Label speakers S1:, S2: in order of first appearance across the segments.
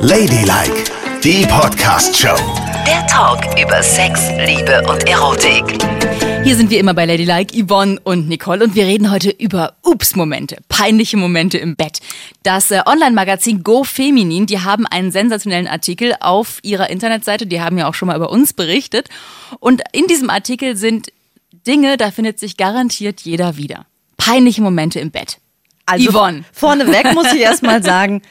S1: Ladylike, die Podcast-Show.
S2: Der Talk über Sex, Liebe und Erotik.
S3: Hier sind wir immer bei Ladylike, Yvonne und Nicole und wir reden heute über Ups-Momente, peinliche Momente im Bett. Das äh, Online-Magazin Go Feminin, die haben einen sensationellen Artikel auf ihrer Internetseite, die haben ja auch schon mal über uns berichtet. Und in diesem Artikel sind Dinge, da findet sich garantiert jeder wieder. Peinliche Momente im Bett.
S4: Also
S3: Yvonne.
S4: vorneweg muss ich erstmal sagen,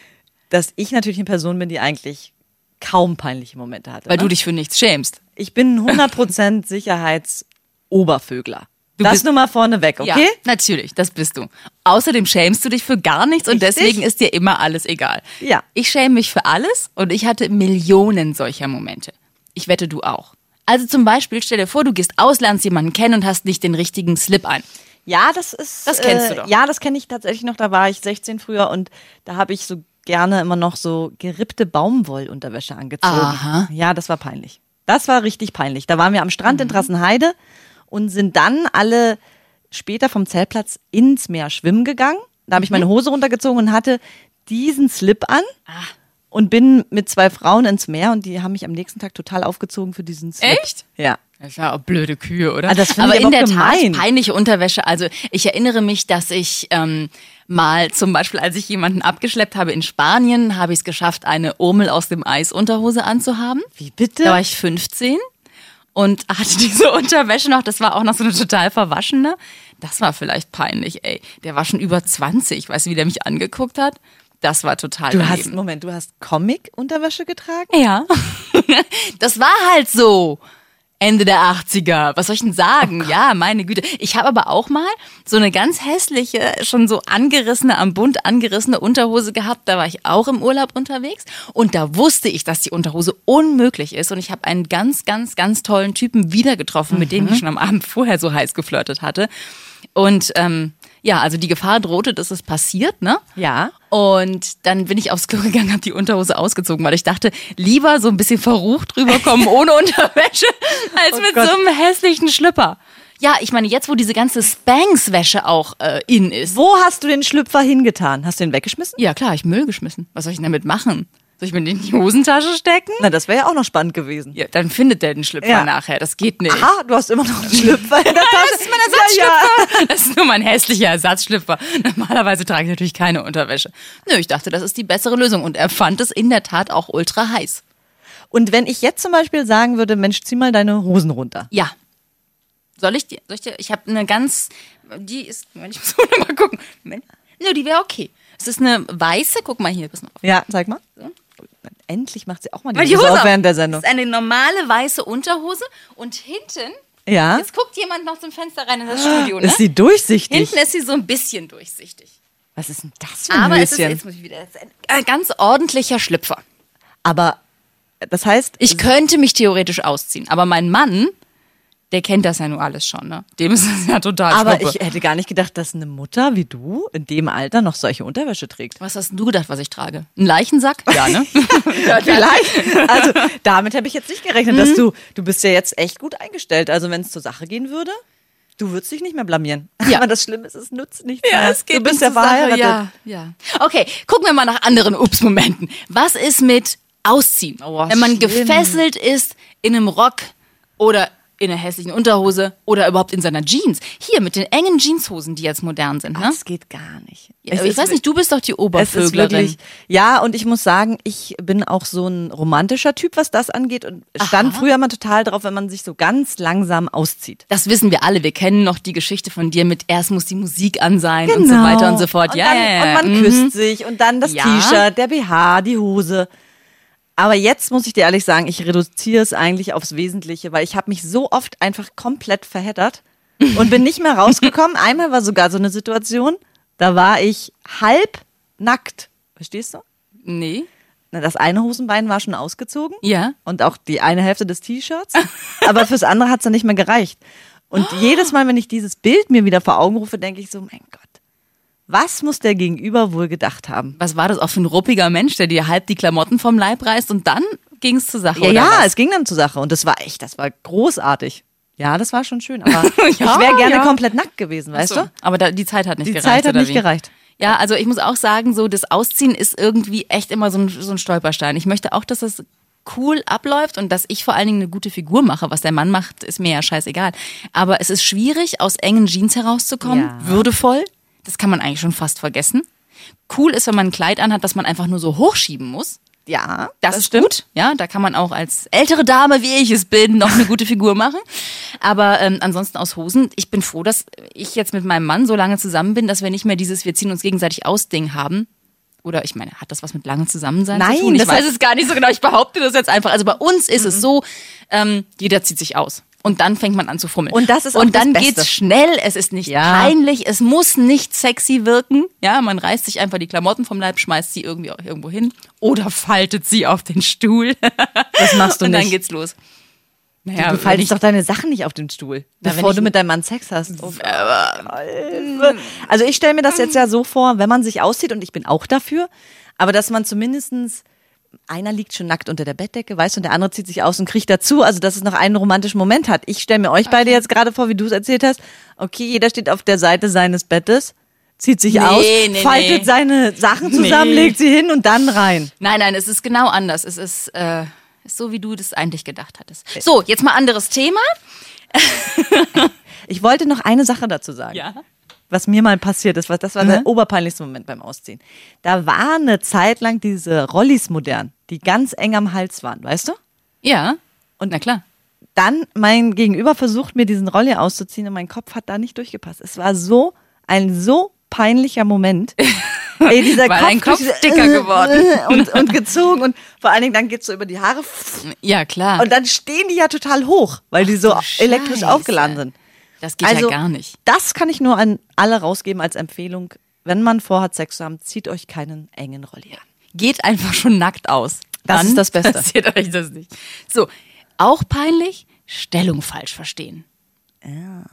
S4: dass ich natürlich eine Person bin, die eigentlich kaum peinliche Momente hatte.
S3: Weil
S4: ne?
S3: du dich für nichts schämst.
S4: ich bin ein 100% Sicherheitsobervögler.
S3: Du
S4: das
S3: bist-
S4: nur mal vorneweg, okay?
S3: Ja, natürlich, das bist du. Außerdem schämst du dich für gar nichts und
S4: Richtig.
S3: deswegen ist dir immer alles egal.
S4: Ja.
S3: Ich schäme mich für alles und ich hatte Millionen solcher Momente. Ich wette, du auch. Also zum Beispiel, stell dir vor, du gehst auslands jemanden kennen und hast nicht den richtigen Slip an.
S4: Ja, das ist. äh,
S3: Das kennst du doch.
S4: Ja, das kenne ich tatsächlich noch. Da war ich 16 früher und da habe ich so gerne immer noch so gerippte Baumwollunterwäsche angezogen.
S3: Aha.
S4: Ja, das war peinlich. Das war richtig peinlich. Da waren wir am Strand
S3: Mhm.
S4: in Trassenheide und sind dann alle später vom Zeltplatz ins Meer schwimmen gegangen. Da
S3: Mhm.
S4: habe ich meine Hose runtergezogen und hatte diesen Slip an.
S3: Ah.
S4: Und bin mit zwei Frauen ins Meer und die haben mich am nächsten Tag total aufgezogen für diesen Slip.
S3: Echt?
S4: Ja.
S3: Das war auch blöde Kühe, oder?
S4: Ah, das finde
S3: aber
S4: ich
S3: in
S4: aber
S3: der
S4: auch gemein.
S3: Tat peinliche Unterwäsche. Also ich erinnere mich, dass ich ähm, mal zum Beispiel, als ich jemanden abgeschleppt habe in Spanien, habe ich es geschafft, eine Urmel aus dem Eis Unterhose anzuhaben.
S4: Wie bitte?
S3: Da war ich 15 und hatte diese Unterwäsche noch. Das war auch noch so eine total verwaschene. Das war vielleicht peinlich, ey. Der war schon über 20. Weißt du, wie der mich angeguckt hat? Das war total
S4: Du hast,
S3: daneben.
S4: Moment, du hast Comic-Unterwäsche getragen?
S3: Ja. das war halt so. Ende der 80er. Was soll ich denn sagen? ja, meine Güte. Ich habe aber auch mal so eine ganz hässliche, schon so angerissene, am Bund angerissene Unterhose gehabt. Da war ich auch im Urlaub unterwegs. Und da wusste ich, dass die Unterhose unmöglich ist. Und ich habe einen ganz, ganz, ganz tollen Typen wieder getroffen, mit dem ich schon am Abend vorher so heiß geflirtet hatte. Und ähm, ja, also die Gefahr drohte, dass es passiert, ne?
S4: Ja.
S3: Und dann bin ich aufs Klo gegangen, habe die Unterhose ausgezogen, weil ich dachte, lieber so ein bisschen verrucht rüberkommen ohne Unterwäsche, als
S4: Oh
S3: mit
S4: Gott.
S3: so einem hässlichen Schlüpper. Ja, ich meine, jetzt, wo diese ganze Spanks-Wäsche auch äh, in ist.
S4: Wo hast du den Schlüpfer hingetan? Hast du ihn weggeschmissen?
S3: Ja, klar, ich Müll geschmissen. Was soll ich denn damit machen? Soll ich mir den in die Hosentasche stecken?
S4: Na, das wäre ja auch noch spannend gewesen.
S3: Ja, dann findet der den Schlüpper
S4: Ja.
S3: nachher. Das geht nicht.
S4: Aha, du hast immer noch einen Schlüpfer in der Tasche.
S3: Das ist mein Ersatzschlüpfer. Das ist nur mein hässlicher Ersatzschlüpfer. Normalerweise trage ich natürlich keine Unterwäsche. Nö, ich dachte, das ist die bessere Lösung. Und er fand es in der Tat auch ultra heiß.
S4: Und wenn ich jetzt zum Beispiel sagen würde, Mensch, zieh mal deine Hosen runter.
S3: Ja. Soll ich dir? Soll ich dir? Ich habe eine ganz. Die ist. Moment, ich muss mal gucken. Moment. Nö, die wäre okay. Es ist eine weiße. Guck mal hier, pass mal auf.
S4: Ja, sag mal. Endlich macht sie auch mal die,
S3: Weil
S4: Hose auf
S3: auf-
S4: während der Sendung.
S3: Das ist eine normale weiße Unterhose und hinten.
S4: Ja.
S3: Jetzt guckt jemand noch zum Fenster rein in das Studio, ne?
S4: Ist sie durchsichtig?
S3: Hinten ist sie so ein bisschen durchsichtig.
S4: Was ist denn das für ein
S3: Aber es ist,
S4: Höschen?
S3: jetzt muss ich wieder, es ist ein äh, ganz ordentlicher Schlüpfer.
S4: Aber das heißt,
S3: Ich könnte mich theoretisch ausziehen, aber mein Mann, der kennt das ja nur alles schon, ne? Dem ist es ja total
S4: aber
S3: schnuppe.
S4: ich hätte gar nicht gedacht, dass eine Mutter wie du in dem Alter noch solche Unterwäsche trägt.
S3: Was hast denn du gedacht, was ich trage? Ein Leichensack? Ja, ne?
S4: Vielleicht. Also damit habe ich jetzt nicht gerechnet,
S3: Mhm.
S4: dass du, du bist ja jetzt echt gut eingestellt. Also wenn es zur Sache gehen würde, du würdest dich nicht mehr blamieren.
S3: Ja.
S4: Aber das Schlimme ist, es nützt nichts
S3: Ja,
S4: mehr.
S3: es geht
S4: du bist
S3: nicht
S4: ja
S3: zur Sache,
S4: verheiratet.
S3: Ja, ja. Okay, gucken wir mal nach anderen Ups-Momenten. Was ist mit Ausziehen?
S4: Oh,
S3: Wenn man
S4: schlimm.
S3: gefesselt ist in einem Rock oder in einer hässlichen Unterhose oder überhaupt in seiner Jeans. Hier mit den engen Jeanshosen, die jetzt modern sind, ne?
S4: Das geht gar nicht.
S3: Ja, aber ich weiß nicht, du bist doch die
S4: Es ist
S3: Obervöglerin.
S4: wirklich, ja, und ich muss sagen, ich bin auch so ein romantischer Typ, was das angeht und stand früher mal total drauf, wenn man sich so ganz langsam auszieht.
S3: Das wissen wir alle. Wir kennen noch die Geschichte von dir mit erst muss die Musik an sein und so weiter und so fort. ja,
S4: dann,
S3: ja, ja.
S4: Genau. Und man
S3: Mhm.
S4: küsst sich und dann das
S3: Ja.
S4: T-Shirt, der BH, die Hose. Aber jetzt muss ich dir ehrlich sagen, ich reduziere es eigentlich aufs Wesentliche, weil ich habe mich so oft einfach komplett verheddert und bin nicht mehr rausgekommen. Einmal war sogar so eine Situation, da war ich halb nackt. Verstehst du?
S3: Mhm. Nee.
S4: Na, das eine Hosenbein war schon ausgezogen.
S3: Ja.
S4: Und auch die eine Hälfte des T-Shirts. Aber fürs andere hat es dann nicht mehr gereicht. Und jedes Mal, wenn ich dieses Bild mir wieder vor Augen rufe, denke ich so, mein Gott, was muss der Gegenüber wohl gedacht haben?
S3: Was war das auch für ein ruppiger Mensch, der dir halb die Klamotten vom Leib reißt und dann ging's zur Sache?
S4: Ja,
S3: oder
S4: ja,
S3: was?
S4: es ging dann zur Sache. Und das war echt, das war großartig. Ja, das war schon schön. Aber ich
S3: Ja,
S4: wäre gerne
S3: ja.
S4: komplett nackt gewesen, weißt
S3: So.
S4: du?
S3: Aber da, die Zeit hat nicht
S4: Die
S3: gereicht.
S4: Zeit hat
S3: oder
S4: nicht
S3: wie?
S4: gereicht.
S3: Ja, also ich muss auch sagen, so das Ausziehen ist irgendwie echt immer so ein, so ein Stolperstein. Ich möchte auch, dass das cool abläuft und dass ich vor allen Dingen eine gute Figur mache. Was der Mann macht, ist mir ja scheißegal. Aber es ist schwierig, aus engen Jeans herauszukommen,
S4: Ja.
S3: würdevoll. Das kann man eigentlich schon fast vergessen. Cool ist, wenn man ein Kleid anhat, das man einfach nur so hochschieben muss.
S4: Ja,
S3: Das, ist gut. Ja, da kann man auch als ältere Dame, wie ich es bin, noch eine gute Figur machen. Aber ähm, ansonsten aus Hosen, ich bin froh, dass ich jetzt mit meinem Mann so lange zusammen bin, dass wir nicht mehr dieses Wir ziehen uns gegenseitig aus Ding haben. Oder ich meine, hat das was mit lange Zusammensein
S4: Nein,
S3: zu tun? Ich
S4: das Mhm.
S3: weiß
S4: hat-
S3: es gar nicht so genau. Ich behaupte das jetzt einfach. Also bei uns ist es so, ähm, jeder zieht sich aus. Und dann fängt man an zu fummeln.
S4: Und das ist auch
S3: Und dann
S4: das Beste.
S3: geht's schnell, es ist nicht
S4: Ja.
S3: peinlich, es muss nicht sexy wirken. Ja, man reißt sich einfach die Klamotten vom Leib, schmeißt sie irgendwie auch irgendwo hin oder faltet sie auf den Stuhl.
S4: Das machst du
S3: Und dann
S4: nicht.
S3: geht's los. Naja,
S4: Du faltest doch deine Sachen nicht auf den Stuhl,
S3: Na, wenn
S4: bevor
S3: ich-
S4: du mit deinem Mann Sex hast. Oh, Hilfe. also ich stelle mir das jetzt ja so vor, wenn man sich auszieht und ich bin auch dafür, aber dass man zumindestens einer liegt schon nackt unter der Bettdecke, weißt du, und der andere zieht sich aus und kriegt dazu, also dass es noch einen romantischen Moment hat. Ich stelle mir euch beide jetzt gerade vor, wie du es erzählt hast. Okay, jeder steht auf der Seite seines Bettes, zieht sich
S3: Nee,
S4: aus,
S3: nee,
S4: faltet
S3: nee.
S4: seine Sachen zusammen,
S3: Nee.
S4: legt sie hin und dann rein.
S3: Nein, nein, es ist genau anders. Es ist, äh, ist so, wie du das eigentlich gedacht hattest. So, jetzt mal anderes Thema.
S4: Ich wollte noch eine Sache dazu sagen. was mir mal passiert ist, was das war
S3: Mhm.
S4: der oberpeinlichste Moment beim Ausziehen. Da war eine Zeit lang diese Rollis modern, die ganz eng am Hals waren, weißt du?
S3: Ja. Und na klar.
S4: Dann mein Gegenüber versucht mir diesen Rolli auszuziehen und mein Kopf hat da nicht durchgepasst. Es war so ein so peinlicher Moment. Ey, dieser
S3: Weil dein Kopf dicker geworden.
S4: und, und gezogen und vor allen Dingen dann geht's so über die Haare
S3: Ja, klar.
S4: und dann stehen die ja total hoch, weil die so
S3: du
S4: elektrisch
S3: Scheiße.
S4: aufgeladen sind. Also
S3: das geht ja gar nicht.
S4: Das kann ich nur an alle rausgeben als Empfehlung. Wenn man vorhat, Sex zu haben, zieht euch keinen engen Rolli an.
S3: geht einfach schon nackt aus.
S4: Das
S3: Dann
S4: ist das Beste.
S3: Passiert euch das nicht. So, auch peinlich, Stellung falsch verstehen.
S4: Ah.
S3: Ja.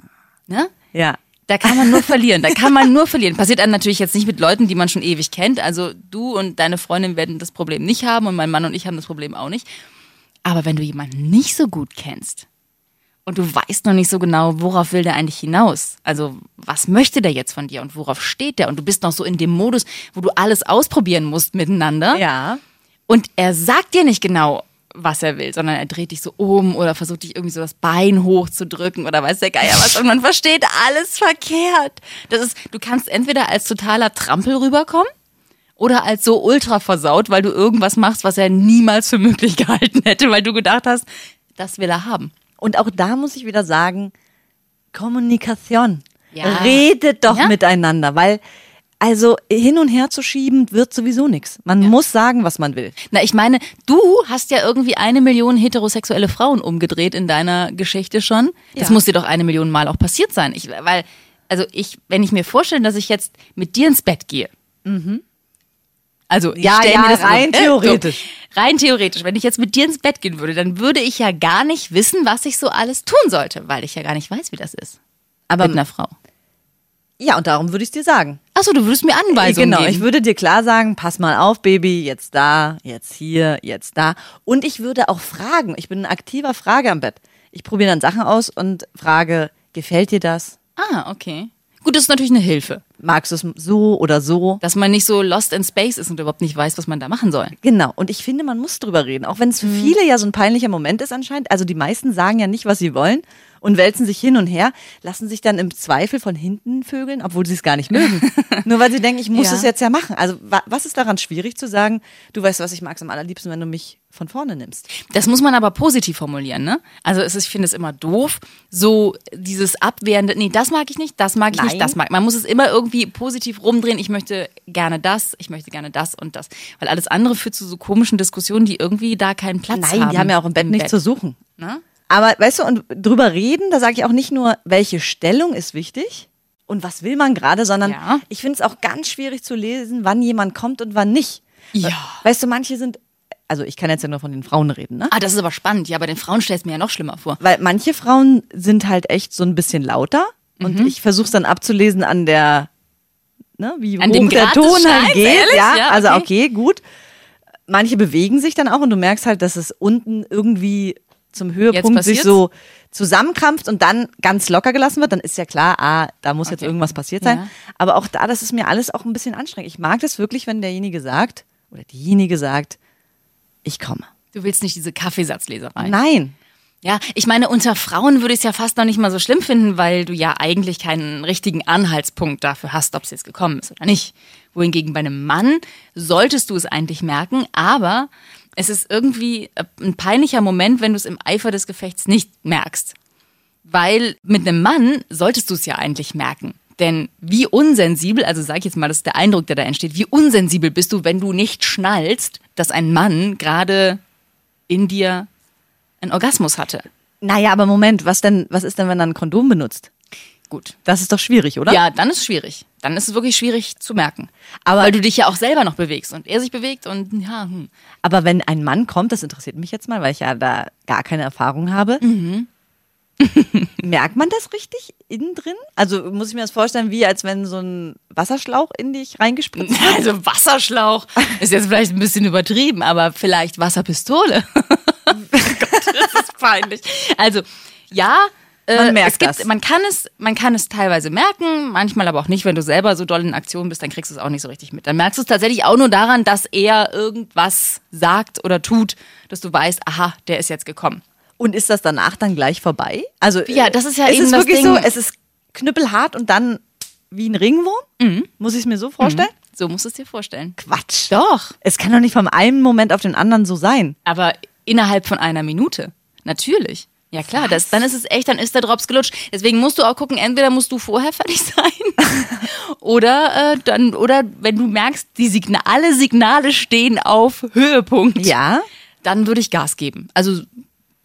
S3: Ne?
S4: Ja.
S3: Da kann man nur verlieren. Da kann man nur verlieren. Passiert einem natürlich jetzt nicht mit Leuten, die man schon ewig kennt. Also du und deine Freundin werden das Problem nicht haben und mein Mann und ich haben das Problem auch nicht. Aber wenn du jemanden nicht so gut kennst und du weißt noch nicht so genau, worauf will der eigentlich hinaus? Also was möchte der jetzt von dir und worauf steht der? Und du bist noch so in dem Modus, wo du alles ausprobieren musst miteinander.
S4: Ja.
S3: Und er sagt dir nicht genau, was er will, sondern er dreht dich so um oder versucht dich irgendwie so das Bein hochzudrücken oder weiß der Geier was. Und man versteht alles verkehrt. Das ist, du kannst entweder als totaler Trampel rüberkommen oder als so ultra versaut, weil du irgendwas machst, was er niemals für möglich gehalten hätte, weil du gedacht hast, das will er haben.
S4: Und auch da muss ich wieder sagen, Kommunikation.
S3: Ja.
S4: Redet doch
S3: Ja.
S4: miteinander, weil also hin und her zu schieben wird sowieso nichts. Man muss sagen, was man will.
S3: Na, ich meine, du hast ja irgendwie eine Million heterosexuelle Frauen umgedreht in deiner Geschichte schon. Das
S4: Ja.
S3: muss dir doch eine Million Mal auch passiert sein. Ich, weil, also ich, wenn ich mir vorstelle, dass ich jetzt mit dir ins Bett gehe. mhm. Also, ich
S4: Ja,
S3: stell
S4: ja,
S3: mir das Äh,
S4: rein
S3: so-
S4: theoretisch.
S3: So, rein theoretisch. Wenn ich jetzt mit dir ins Bett gehen würde, dann würde ich ja gar nicht wissen, was ich so alles tun sollte, weil ich ja gar nicht weiß, wie das ist. Aber mit einer Frau.
S4: Ja, und darum würde ich es dir sagen.
S3: Achso, du würdest mir Anweisungen
S4: genau,
S3: geben.
S4: ich würde dir klar sagen, pass mal auf, Baby, jetzt da, jetzt hier, jetzt da. Und ich würde auch fragen. Ich bin ein aktiver Frage am Bett. Ich probiere dann Sachen aus und frage, gefällt dir das?
S3: ah, okay. Gut, das ist natürlich eine Hilfe.
S4: Magst du es so oder so?
S3: dass man nicht so lost in space ist und überhaupt nicht weiß, was man da machen soll.
S4: Genau. Und ich finde, man muss drüber reden. Auch wenn es für viele ja so ein peinlicher Moment ist anscheinend. Also die meisten sagen ja nicht, was sie wollen und wälzen sich hin und her, lassen sich dann im Zweifel von hinten vögeln, obwohl sie es gar nicht mögen. Nur weil sie denken, ich muss
S3: Ja.
S4: es jetzt ja machen. Also wa was ist daran schwierig zu sagen, du weißt, was ich mag am allerliebsten, wenn du mich von vorne nimmst?
S3: Das muss man aber positiv formulieren, ne? Also es ist, ich finde es immer doof, so dieses abwehrende, nee, das mag ich nicht, das mag ich
S4: Nein.
S3: nicht, das mag. Man muss es immer irgendwie positiv rumdrehen. Ich möchte gerne das, ich möchte gerne das und das, weil alles andere führt zu so komischen Diskussionen, die irgendwie da keinen Platz haben.
S4: Nein, die haben ja auch im Bett nichts zu suchen.
S3: ne?
S4: Aber weißt du, und drüber reden, da sage ich auch nicht nur, welche Stellung ist wichtig und was will man gerade, sondern
S3: Ja.
S4: ich finde es auch ganz schwierig zu lesen, wann jemand kommt und wann nicht.
S3: Ja.
S4: Weißt du, manche sind, also ich kann jetzt ja nur von den Frauen reden, ne?
S3: Ah, das ist aber spannend. Ja, bei den Frauen stellt es mir ja noch schlimmer vor.
S4: Weil manche Frauen sind halt echt so ein bisschen lauter und
S3: Mhm.
S4: ich versuche es dann abzulesen an der, ne, wie
S3: An
S4: hoch
S3: dem
S4: der
S3: Grad
S4: Ton
S3: des
S4: halt
S3: Schreins,
S4: geht.
S3: ehrlich?
S4: Ja,
S3: Ja,
S4: also
S3: okay.
S4: okay, gut. Manche bewegen sich dann auch und du merkst halt, dass es unten irgendwie zum Höhepunkt sich
S3: passiert's?
S4: so zusammenkrampft und dann ganz locker gelassen wird, dann ist ja klar, ah, da muss jetzt irgendwas passiert sein.
S3: Ja.
S4: Aber auch da, das ist mir alles auch ein bisschen anstrengend. Ich mag das wirklich, wenn derjenige sagt oder diejenige sagt, ich komme.
S3: Du willst nicht diese Kaffeesatzleserei.
S4: Nein.
S3: Ja, ich meine, unter Frauen würde ich es ja fast noch nicht mal so schlimm finden, weil du ja eigentlich keinen richtigen Anhaltspunkt dafür hast, ob es jetzt gekommen ist oder nicht. Wohingegen bei einem Mann solltest du es eigentlich merken, aber es ist irgendwie äh, ein peinlicher Moment, wenn du es im Eifer des Gefechts nicht merkst. Weil mit einem Mann solltest du es ja eigentlich merken. Denn wie unsensibel, also sag ich jetzt mal, das ist der Eindruck, der da entsteht, wie unsensibel bist du, wenn du nicht schnallst, dass ein Mann gerade in dir einen Orgasmus hatte.
S4: Naja, aber Moment, was denn, was ist denn, wenn er ein Kondom benutzt?
S3: Gut.
S4: Das ist doch schwierig, oder?
S3: Ja, dann ist es schwierig. Dann ist es wirklich schwierig zu merken. Aber weil du dich ja auch selber noch bewegst und er sich bewegt und ja, hm.
S4: Aber wenn ein Mann kommt, das interessiert mich jetzt mal, weil ich ja da gar keine Erfahrung habe.
S3: Mhm.
S4: Merkt man das richtig innen drin? Also muss ich mir das vorstellen, wie als wenn so ein Wasserschlauch in dich reingespritzt wird?
S3: Also Wasserschlauch ist jetzt vielleicht ein bisschen übertrieben, aber vielleicht Wasserpistole. oh Gott, das ist peinlich. Also ja, äh,
S4: Man merkt
S3: es gibt,
S4: das.
S3: man kann es, man kann es teilweise merken, manchmal aber auch nicht, wenn du selber so doll in Aktion bist, dann kriegst du es auch nicht so richtig mit. Dann merkst du es tatsächlich auch nur daran, dass er irgendwas sagt oder tut, dass du weißt, aha, der ist jetzt gekommen.
S4: Und ist das danach dann gleich vorbei? Also
S3: Ja, das ist ja
S4: es
S3: eben
S4: ist
S3: das
S4: wirklich
S3: Ding.
S4: so, es ist knüppelhart und dann wie ein Ringwurm?
S3: Mhm.
S4: Muss ich es mir so vorstellen?
S3: So musst du es dir vorstellen.
S4: Quatsch.
S3: Mhm. Doch.
S4: Es kann doch nicht vom einen Moment auf den anderen so sein.
S3: Aber innerhalb von einer Minute. Natürlich. Ja klar, das, dann ist es echt, dann ist der Drops gelutscht. Deswegen musst du auch gucken, entweder musst du vorher fertig sein oder äh, dann oder wenn du merkst, die Signale, alle Signale stehen auf Höhepunkt.
S4: Ja.
S3: Dann würde ich Gas geben. Also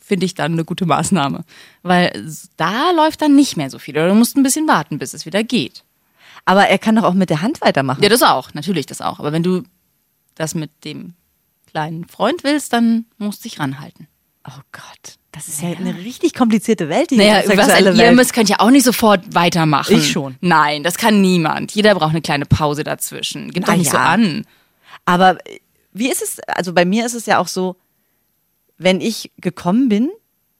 S3: finde ich dann eine gute Maßnahme, weil s- da läuft dann nicht mehr so viel oder du musst ein bisschen warten, bis es wieder geht.
S4: Aber er kann doch auch mit der Hand weitermachen.
S3: Ja, das auch, natürlich das auch, aber wenn du das mit dem kleinen Freund willst, dann musst du dich ranhalten.
S4: Oh Gott. Das ist ja, eine richtig komplizierte Welt, die
S3: Naja, was
S4: sexuelle
S3: ein
S4: Welt.
S3: Irmes könnt ihr auch nicht sofort weitermachen.
S4: Ich schon.
S3: Nein, das kann niemand. Jeder braucht eine kleine Pause dazwischen. Gib
S4: Na
S3: doch nicht so
S4: ja.
S3: an.
S4: Aber äh, wie ist es, also bei mir ist es ja auch so, wenn ich gekommen bin,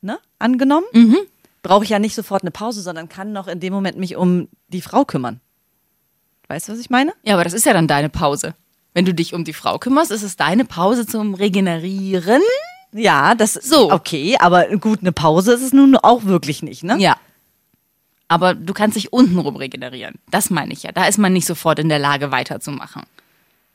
S4: ne, angenommen,
S3: Mhm.
S4: brauche ich ja nicht sofort eine Pause, sondern kann noch in dem Moment mich um die Frau kümmern. Weißt du, was ich meine?
S3: Ja, aber das ist ja dann deine Pause. Wenn du dich um die Frau kümmerst, ist es deine Pause zum Regenerieren.
S4: Ja, das
S3: So.
S4: Okay, aber gut, eine Pause ist es nun auch wirklich nicht, ne?
S3: Ja. Aber du kannst dich untenrum regenerieren. Das meine ich ja. Da ist man nicht sofort in der Lage, weiterzumachen.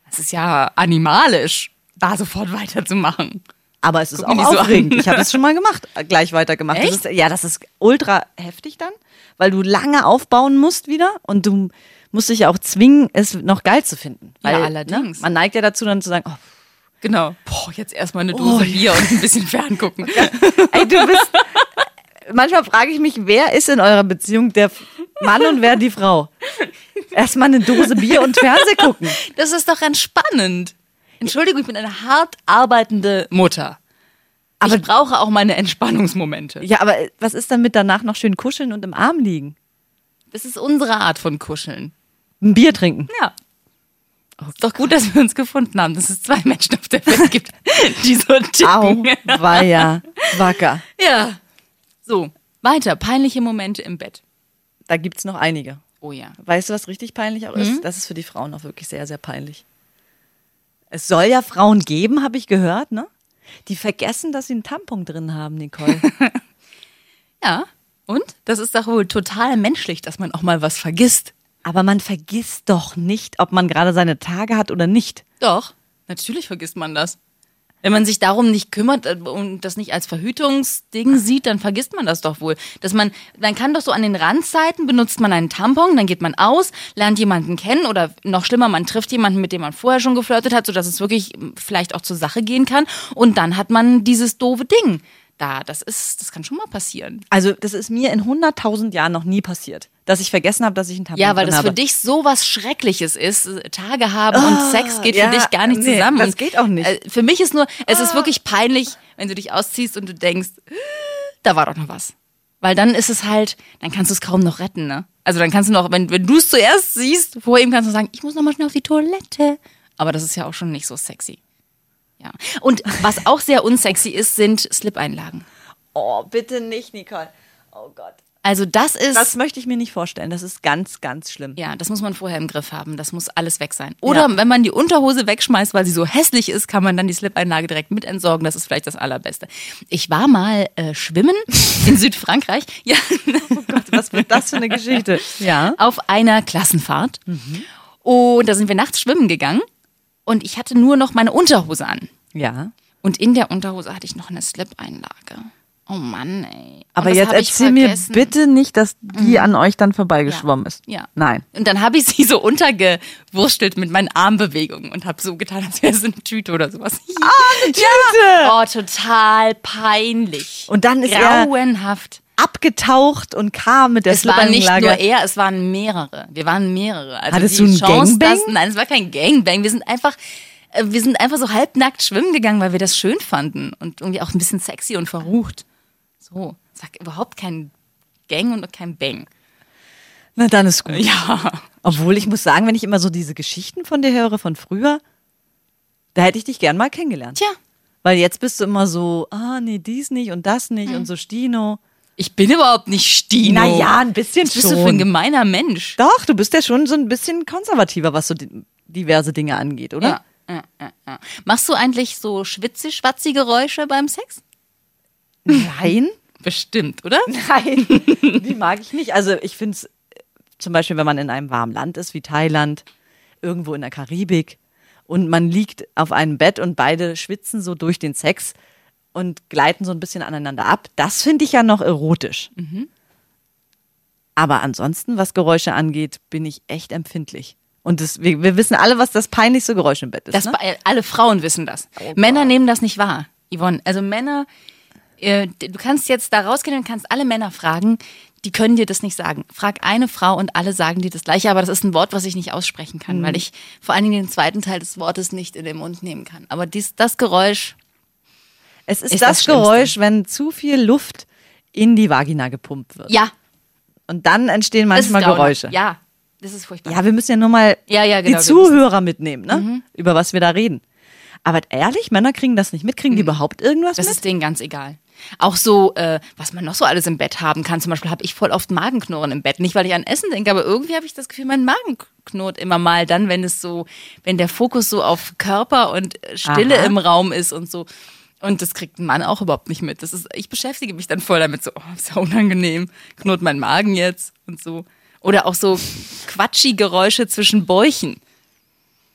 S3: Das ist ja animalisch, da sofort weiterzumachen.
S4: Aber es ist
S3: Guck mir
S4: auch
S3: die so
S4: aufregend.
S3: an.
S4: ich habe es schon mal gemacht, äh, gleich weitergemacht. Das
S3: Echt?
S4: ist, ja, das ist ultra heftig dann, weil du lange aufbauen musst wieder und du musst dich ja auch zwingen, es noch geil zu finden.
S3: Ja,
S4: Weil,
S3: allerdings.
S4: Ne, man neigt ja dazu, dann zu sagen, oh,
S3: Genau. Boah, jetzt erstmal eine Dose Bier und ein bisschen ferngucken.
S4: Ey, du bist. Manchmal frage ich mich, wer ist in eurer Beziehung der F- Mann und wer die Frau? Erstmal eine Dose Bier und Fernseh gucken.
S3: Das ist doch entspannend. Entschuldigung, ich bin eine hart arbeitende Mutter. Aber ich brauche auch meine Entspannungsmomente.
S4: Ja, aber äh, was ist dann mit danach noch schön kuscheln und im Arm liegen?
S3: Das ist unsere Art von Kuscheln.
S4: Ein Bier trinken.
S3: Ja. ist doch gut, dass wir uns gefunden haben, dass es zwei Menschen auf der Welt gibt, die so
S4: Au,
S3: ticken.
S4: war ja wacker.
S3: Ja. So, weiter. Peinliche Momente im Bett.
S4: Da gibt's noch einige.
S3: Oh ja.
S4: Weißt du, was richtig peinlich auch
S3: Hm?
S4: ist? Das ist für die Frauen auch wirklich sehr, sehr peinlich. Es soll ja Frauen geben, habe ich gehört, ne? Die vergessen, dass sie einen Tampon drin haben, Nicole.
S3: Ja. Und? Das ist doch wohl total menschlich, dass man auch mal was vergisst.
S4: Aber man vergisst doch nicht, ob man gerade seine Tage hat oder nicht.
S3: Doch, natürlich vergisst man das. Wenn man sich darum nicht kümmert äh, und das nicht als Verhütungsding sieht, dann vergisst man das doch wohl. Dass man, man kann doch so an den Randzeiten benutzt man einen Tampon, dann geht man aus, lernt jemanden kennen oder noch schlimmer, man trifft jemanden, mit dem man vorher schon geflirtet hat, sodass es wirklich ähm, vielleicht auch zur Sache gehen kann. Und dann hat man dieses doofe Ding. Da, das ist, das kann schon mal passieren.
S4: Also das ist mir in 100.000 Jahren noch nie passiert, dass ich vergessen habe, dass ich einen Tampon
S3: Ja, weil
S4: drin
S3: das für
S4: habe.
S3: dich so was Schreckliches ist. Tage haben und Sex geht
S4: Ah, ja,
S3: für dich gar nicht
S4: nee,
S3: zusammen.
S4: das
S3: Und,
S4: geht auch nicht. Ah.
S3: äh, Für mich ist nur, es ist wirklich peinlich, wenn du dich ausziehst und du denkst, da war doch noch was. Weil dann ist es halt, dann kannst du es kaum noch retten, ne? Also dann kannst du noch, wenn, wenn du es zuerst siehst, vor ihm kannst du sagen, ich muss noch mal schnell auf die Toilette. Aber das ist ja auch schon nicht so sexy. Ja. Und was auch sehr unsexy ist, sind Slip-Einlagen.
S4: Oh, bitte nicht, Nicole. Oh Gott.
S3: Also das ist,
S4: Das möchte ich mir nicht vorstellen. Das ist ganz, ganz schlimm.
S3: ja, das muss man vorher im Griff haben. Das muss alles weg sein. Oder wenn man die Unterhose wegschmeißt, weil sie so hässlich ist, kann man dann die Slip-Einlage direkt mit entsorgen. Das ist vielleicht das Allerbeste. Ich war mal äh, schwimmen in Südfrankreich. Ja.
S4: Oh Gott, was wird das für eine Geschichte? Ja. Mhm.
S3: auf einer Klassenfahrt. Und da sind wir nachts schwimmen gegangen und ich hatte nur noch meine Unterhose an.
S4: Ja.
S3: Und in der Unterhose hatte ich noch eine Slip-Einlage. Oh Mann, ey. Und
S4: Aber
S3: das
S4: jetzt
S3: hab ich
S4: erzähl mir
S3: vergessen. Mhm.
S4: bitte nicht, dass die an euch dann vorbeigeschwommen ist.
S3: Ja.
S4: Nein.
S3: Und dann habe ich sie so untergewurstelt mit meinen Armbewegungen und habe so getan, als wäre es eine Tüte oder sowas.
S4: Ah! Ja.
S3: Oh, total peinlich.
S4: Und dann ist er-
S3: Grauenhaft.
S4: Abgetaucht und kam mit der
S3: Es war nicht
S4: Slip-Einlage.
S3: nur er, es waren mehrere. Wir waren mehrere. Also
S4: Hattest
S3: die
S4: du einen
S3: Chance,
S4: Gangbang?
S3: Dass, nein, es war kein Gangbang. Wir sind einfach, äh, wir sind einfach so halbnackt schwimmen gegangen, weil wir das schön fanden und irgendwie auch ein bisschen sexy und verrucht. So, sag überhaupt kein Gang und kein Bang.
S4: Na, dann ist gut.
S3: Ja.
S4: Obwohl, ich muss sagen, wenn ich immer so diese Geschichten von dir höre, von früher, da hätte ich dich gern mal kennengelernt.
S3: Tja.
S4: Weil jetzt bist du immer so, ah, nee, dies nicht und das nicht und so Stino.
S3: Ich bin überhaupt nicht Mhm. Stino.
S4: Naja, ein bisschen
S3: Was bist du
S4: schon.
S3: für ein gemeiner Mensch?
S4: Doch, du bist ja schon so ein bisschen konservativer, was so di- diverse Dinge angeht, oder?
S3: Ja. Ja, ja, ja. Machst du eigentlich so schwitzig-schwatzi-Geräusche beim Sex? Mhm.
S4: Nein.
S3: Bestimmt, oder?
S4: Nein, die mag ich nicht. Also ich finde es zum Beispiel, wenn man in einem warmen Land ist wie Thailand, irgendwo in der Karibik und man liegt auf einem Bett und beide schwitzen so durch den Sex und gleiten so ein bisschen aneinander ab. Das finde ich ja noch erotisch.
S3: Mhm.
S4: Aber ansonsten, was Geräusche angeht, bin ich echt empfindlich. Und das, wir, wir wissen alle, was das peinlichste Geräusch im Bett ist.
S3: Das
S4: ne?
S3: bei- alle Frauen wissen das. Männer nehmen das nicht wahr, Yvonne. Also Männer, äh, d- du kannst jetzt da rausgehen und kannst alle Männer fragen, die können dir das nicht sagen. Frag eine Frau und alle sagen dir das gleiche, aber das ist ein Wort, was ich nicht aussprechen kann, weil ich vor allen Dingen den zweiten Teil des Wortes nicht in den Mund nehmen kann. Aber dies, das Geräusch,
S4: Es ist,
S3: ist das
S4: das,
S3: Schlimmste.
S4: Geräusch, wenn zu viel Luft in die Vagina gepumpt wird.
S3: ja,
S4: Und dann entstehen
S3: das ist
S4: manchmal
S3: grauenhaft.
S4: Geräusche.
S3: Ja, das ist furchtbar.
S4: Ja, wir müssen ja nur mal
S3: Ja, ja, genau,
S4: die
S3: wir
S4: Zuhörer mitnehmen, ne? über was wir da reden. Aber ehrlich, Männer kriegen das nicht mit. Kriegen die überhaupt irgendwas
S3: Das
S4: mit?
S3: ist denen ganz egal. Auch so, äh, was man noch so alles im Bett haben kann. Zum Beispiel habe ich voll oft Magenknurren im Bett. Nicht, weil ich an Essen denke, aber irgendwie habe ich das Gefühl, mein Magen knurrt immer mal dann, wenn es so, wenn der Fokus so auf Körper und äh, Stille
S4: Aha.
S3: im Raum ist und so. Und das kriegt ein Mann auch überhaupt nicht mit. Das ist, ich beschäftige mich dann voll damit so, oh, ist ja unangenehm, knurrt mein Magen jetzt und so. Oder auch so quatschi Geräusche zwischen Bäuchen.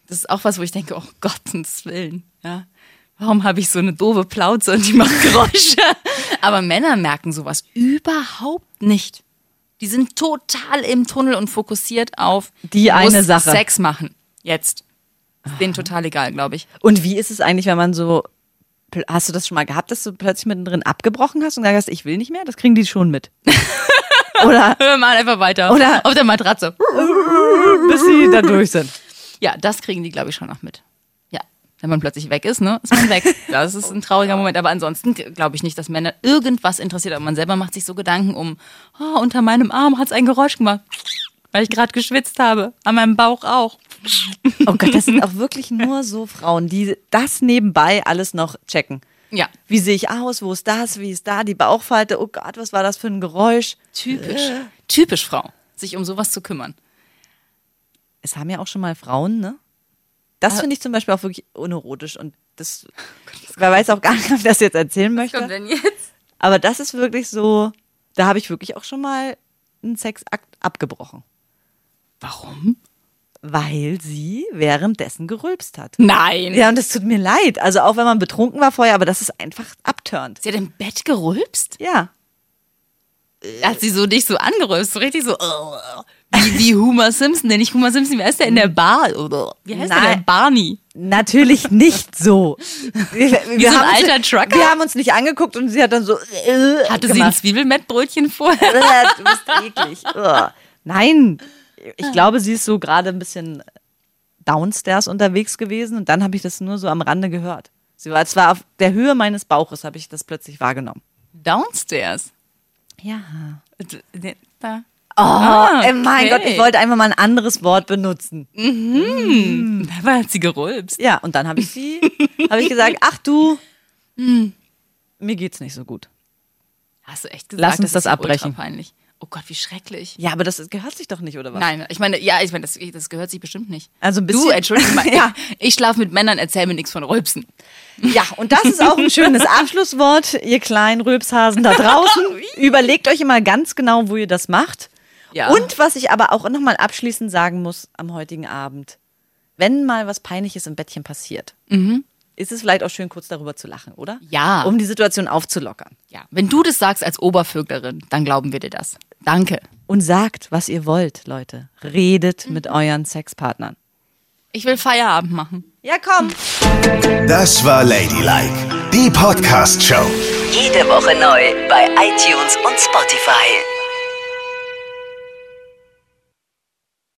S3: Das ist auch was, wo ich denke, oh Gottes Willen, ja. Warum habe ich so eine doofe Plauze und die macht Geräusche? Aber Männer merken sowas überhaupt nicht. Die sind total im Tunnel und fokussiert auf
S4: Die eine
S3: muss
S4: Sache. Ah.
S3: Sex machen. Jetzt. Ist denen total egal, glaube ich.
S4: Und wie ist es eigentlich, wenn man so, pl- hast du das schon mal gehabt, dass du plötzlich mittendrin abgebrochen hast und gesagt hast, ich will nicht mehr? Das kriegen die schon mit. Oder
S3: Wir machen einfach weiter.
S4: Oder-
S3: auf der Matratze.
S4: bis sie da durch sind.
S3: Ja, das kriegen die, glaube ich, schon noch mit. Ja. Wenn man plötzlich weg ist, ne? Ist man weg. Das ist ein trauriger Moment. Aber ansonsten glaube ich nicht, dass Männer irgendwas interessiert. Aber man selber macht sich so Gedanken um, oh, unter meinem Arm hat es ein Geräusch gemacht. Weil ich gerade geschwitzt habe. An meinem Bauch auch.
S4: Oh Gott, das sind auch wirklich nur so Frauen, die das nebenbei alles noch checken.
S3: Ja.
S4: Wie sehe ich aus? Wo ist das? Wie ist da die Bauchfalte? Oh Gott, was war das für ein Geräusch?
S3: Typisch.
S4: Äh.
S3: Typisch Frau, sich um sowas zu kümmern.
S4: es haben ja auch schon mal Frauen, ne?
S3: Ah.
S4: Das finde ich zum Beispiel auch wirklich unerotisch und das, wer weiß auch gar nicht, ob ich das jetzt erzählen möchte.
S3: denn jetzt?
S4: Aber das ist wirklich so, da habe ich wirklich auch schon mal einen Sexakt abgebrochen,
S3: Warum?
S4: weil sie währenddessen gerülpst hat.
S3: Nein.
S4: Ja, und es tut mir leid. Also auch wenn man betrunken war vorher, aber das ist einfach abturnt.
S3: Sie hat im Bett gerülpst?
S4: Ja.
S3: Hat sie so dich so angerülpst, so richtig so. oh. Wie, wie Homer Simpson, denn nicht Homer Simpson, wer ist der in der Bar? Oder wie heißt der
S4: Nein.
S3: denn? Barney?
S4: Natürlich nicht so. Wir,
S3: so ein
S4: haben's-
S3: alter Trucker?
S4: Wir haben uns nicht angeguckt und sie hat dann so. äh,
S3: Hatte sie ein
S4: gemacht.
S3: Zwiebelmettbrötchen vorher?
S4: Äh, du bist eklig. Ugh. Nein, ich glaube, sie ist so gerade ein bisschen downstairs unterwegs gewesen und dann habe ich das nur so am Rande gehört. Sie war zwar auf der Höhe meines Bauches, habe ich das plötzlich wahrgenommen.
S3: Downstairs.
S4: Ja.
S3: Da.
S4: Oh, ey, mein
S3: okay.
S4: Gott, ich wollte einfach mal ein anderes Wort benutzen.
S3: Dabei hat sie gerülpst.
S4: Ja, und dann habe Hm. ich sie, habe ich gesagt, ach du, mir geht's nicht so gut.
S3: Hast du echt gesagt,
S4: Lass uns das
S3: ist
S4: abbrechen.
S3: Ultra peinlich. Oh Gott, wie schrecklich.
S4: Ja, aber das gehört sich doch nicht, oder was?
S3: Nein, ich meine, ja, ich meine, das, das gehört sich bestimmt nicht.
S4: Also ein
S3: Du,
S4: bisschen-
S3: entschuldige mal.
S4: Ja.
S3: Ich schlafe mit Männern, erzähl mir nichts von Rülpsen.
S4: Ja, und das ist auch ein schönes Abschlusswort, ihr kleinen Rülpshasen da draußen. Überlegt euch immer ganz genau, wo ihr das macht.
S3: Ja.
S4: Und was ich aber auch nochmal abschließend sagen muss am heutigen Abend, wenn mal was Peinliches im Bettchen passiert, ist es vielleicht auch schön, kurz darüber zu lachen, oder?
S3: Ja.
S4: Um die Situation aufzulockern.
S3: Ja. Wenn du das sagst als Obervöglerin, dann glauben wir dir das. Danke.
S4: Und sagt, was ihr wollt, Leute. Redet mit euren Sexpartnern.
S3: Ich will Feierabend machen.
S4: Ja, komm.
S1: Das war Ladylike, die Podcast-Show.
S2: Jede Woche neu bei iTunes und Spotify.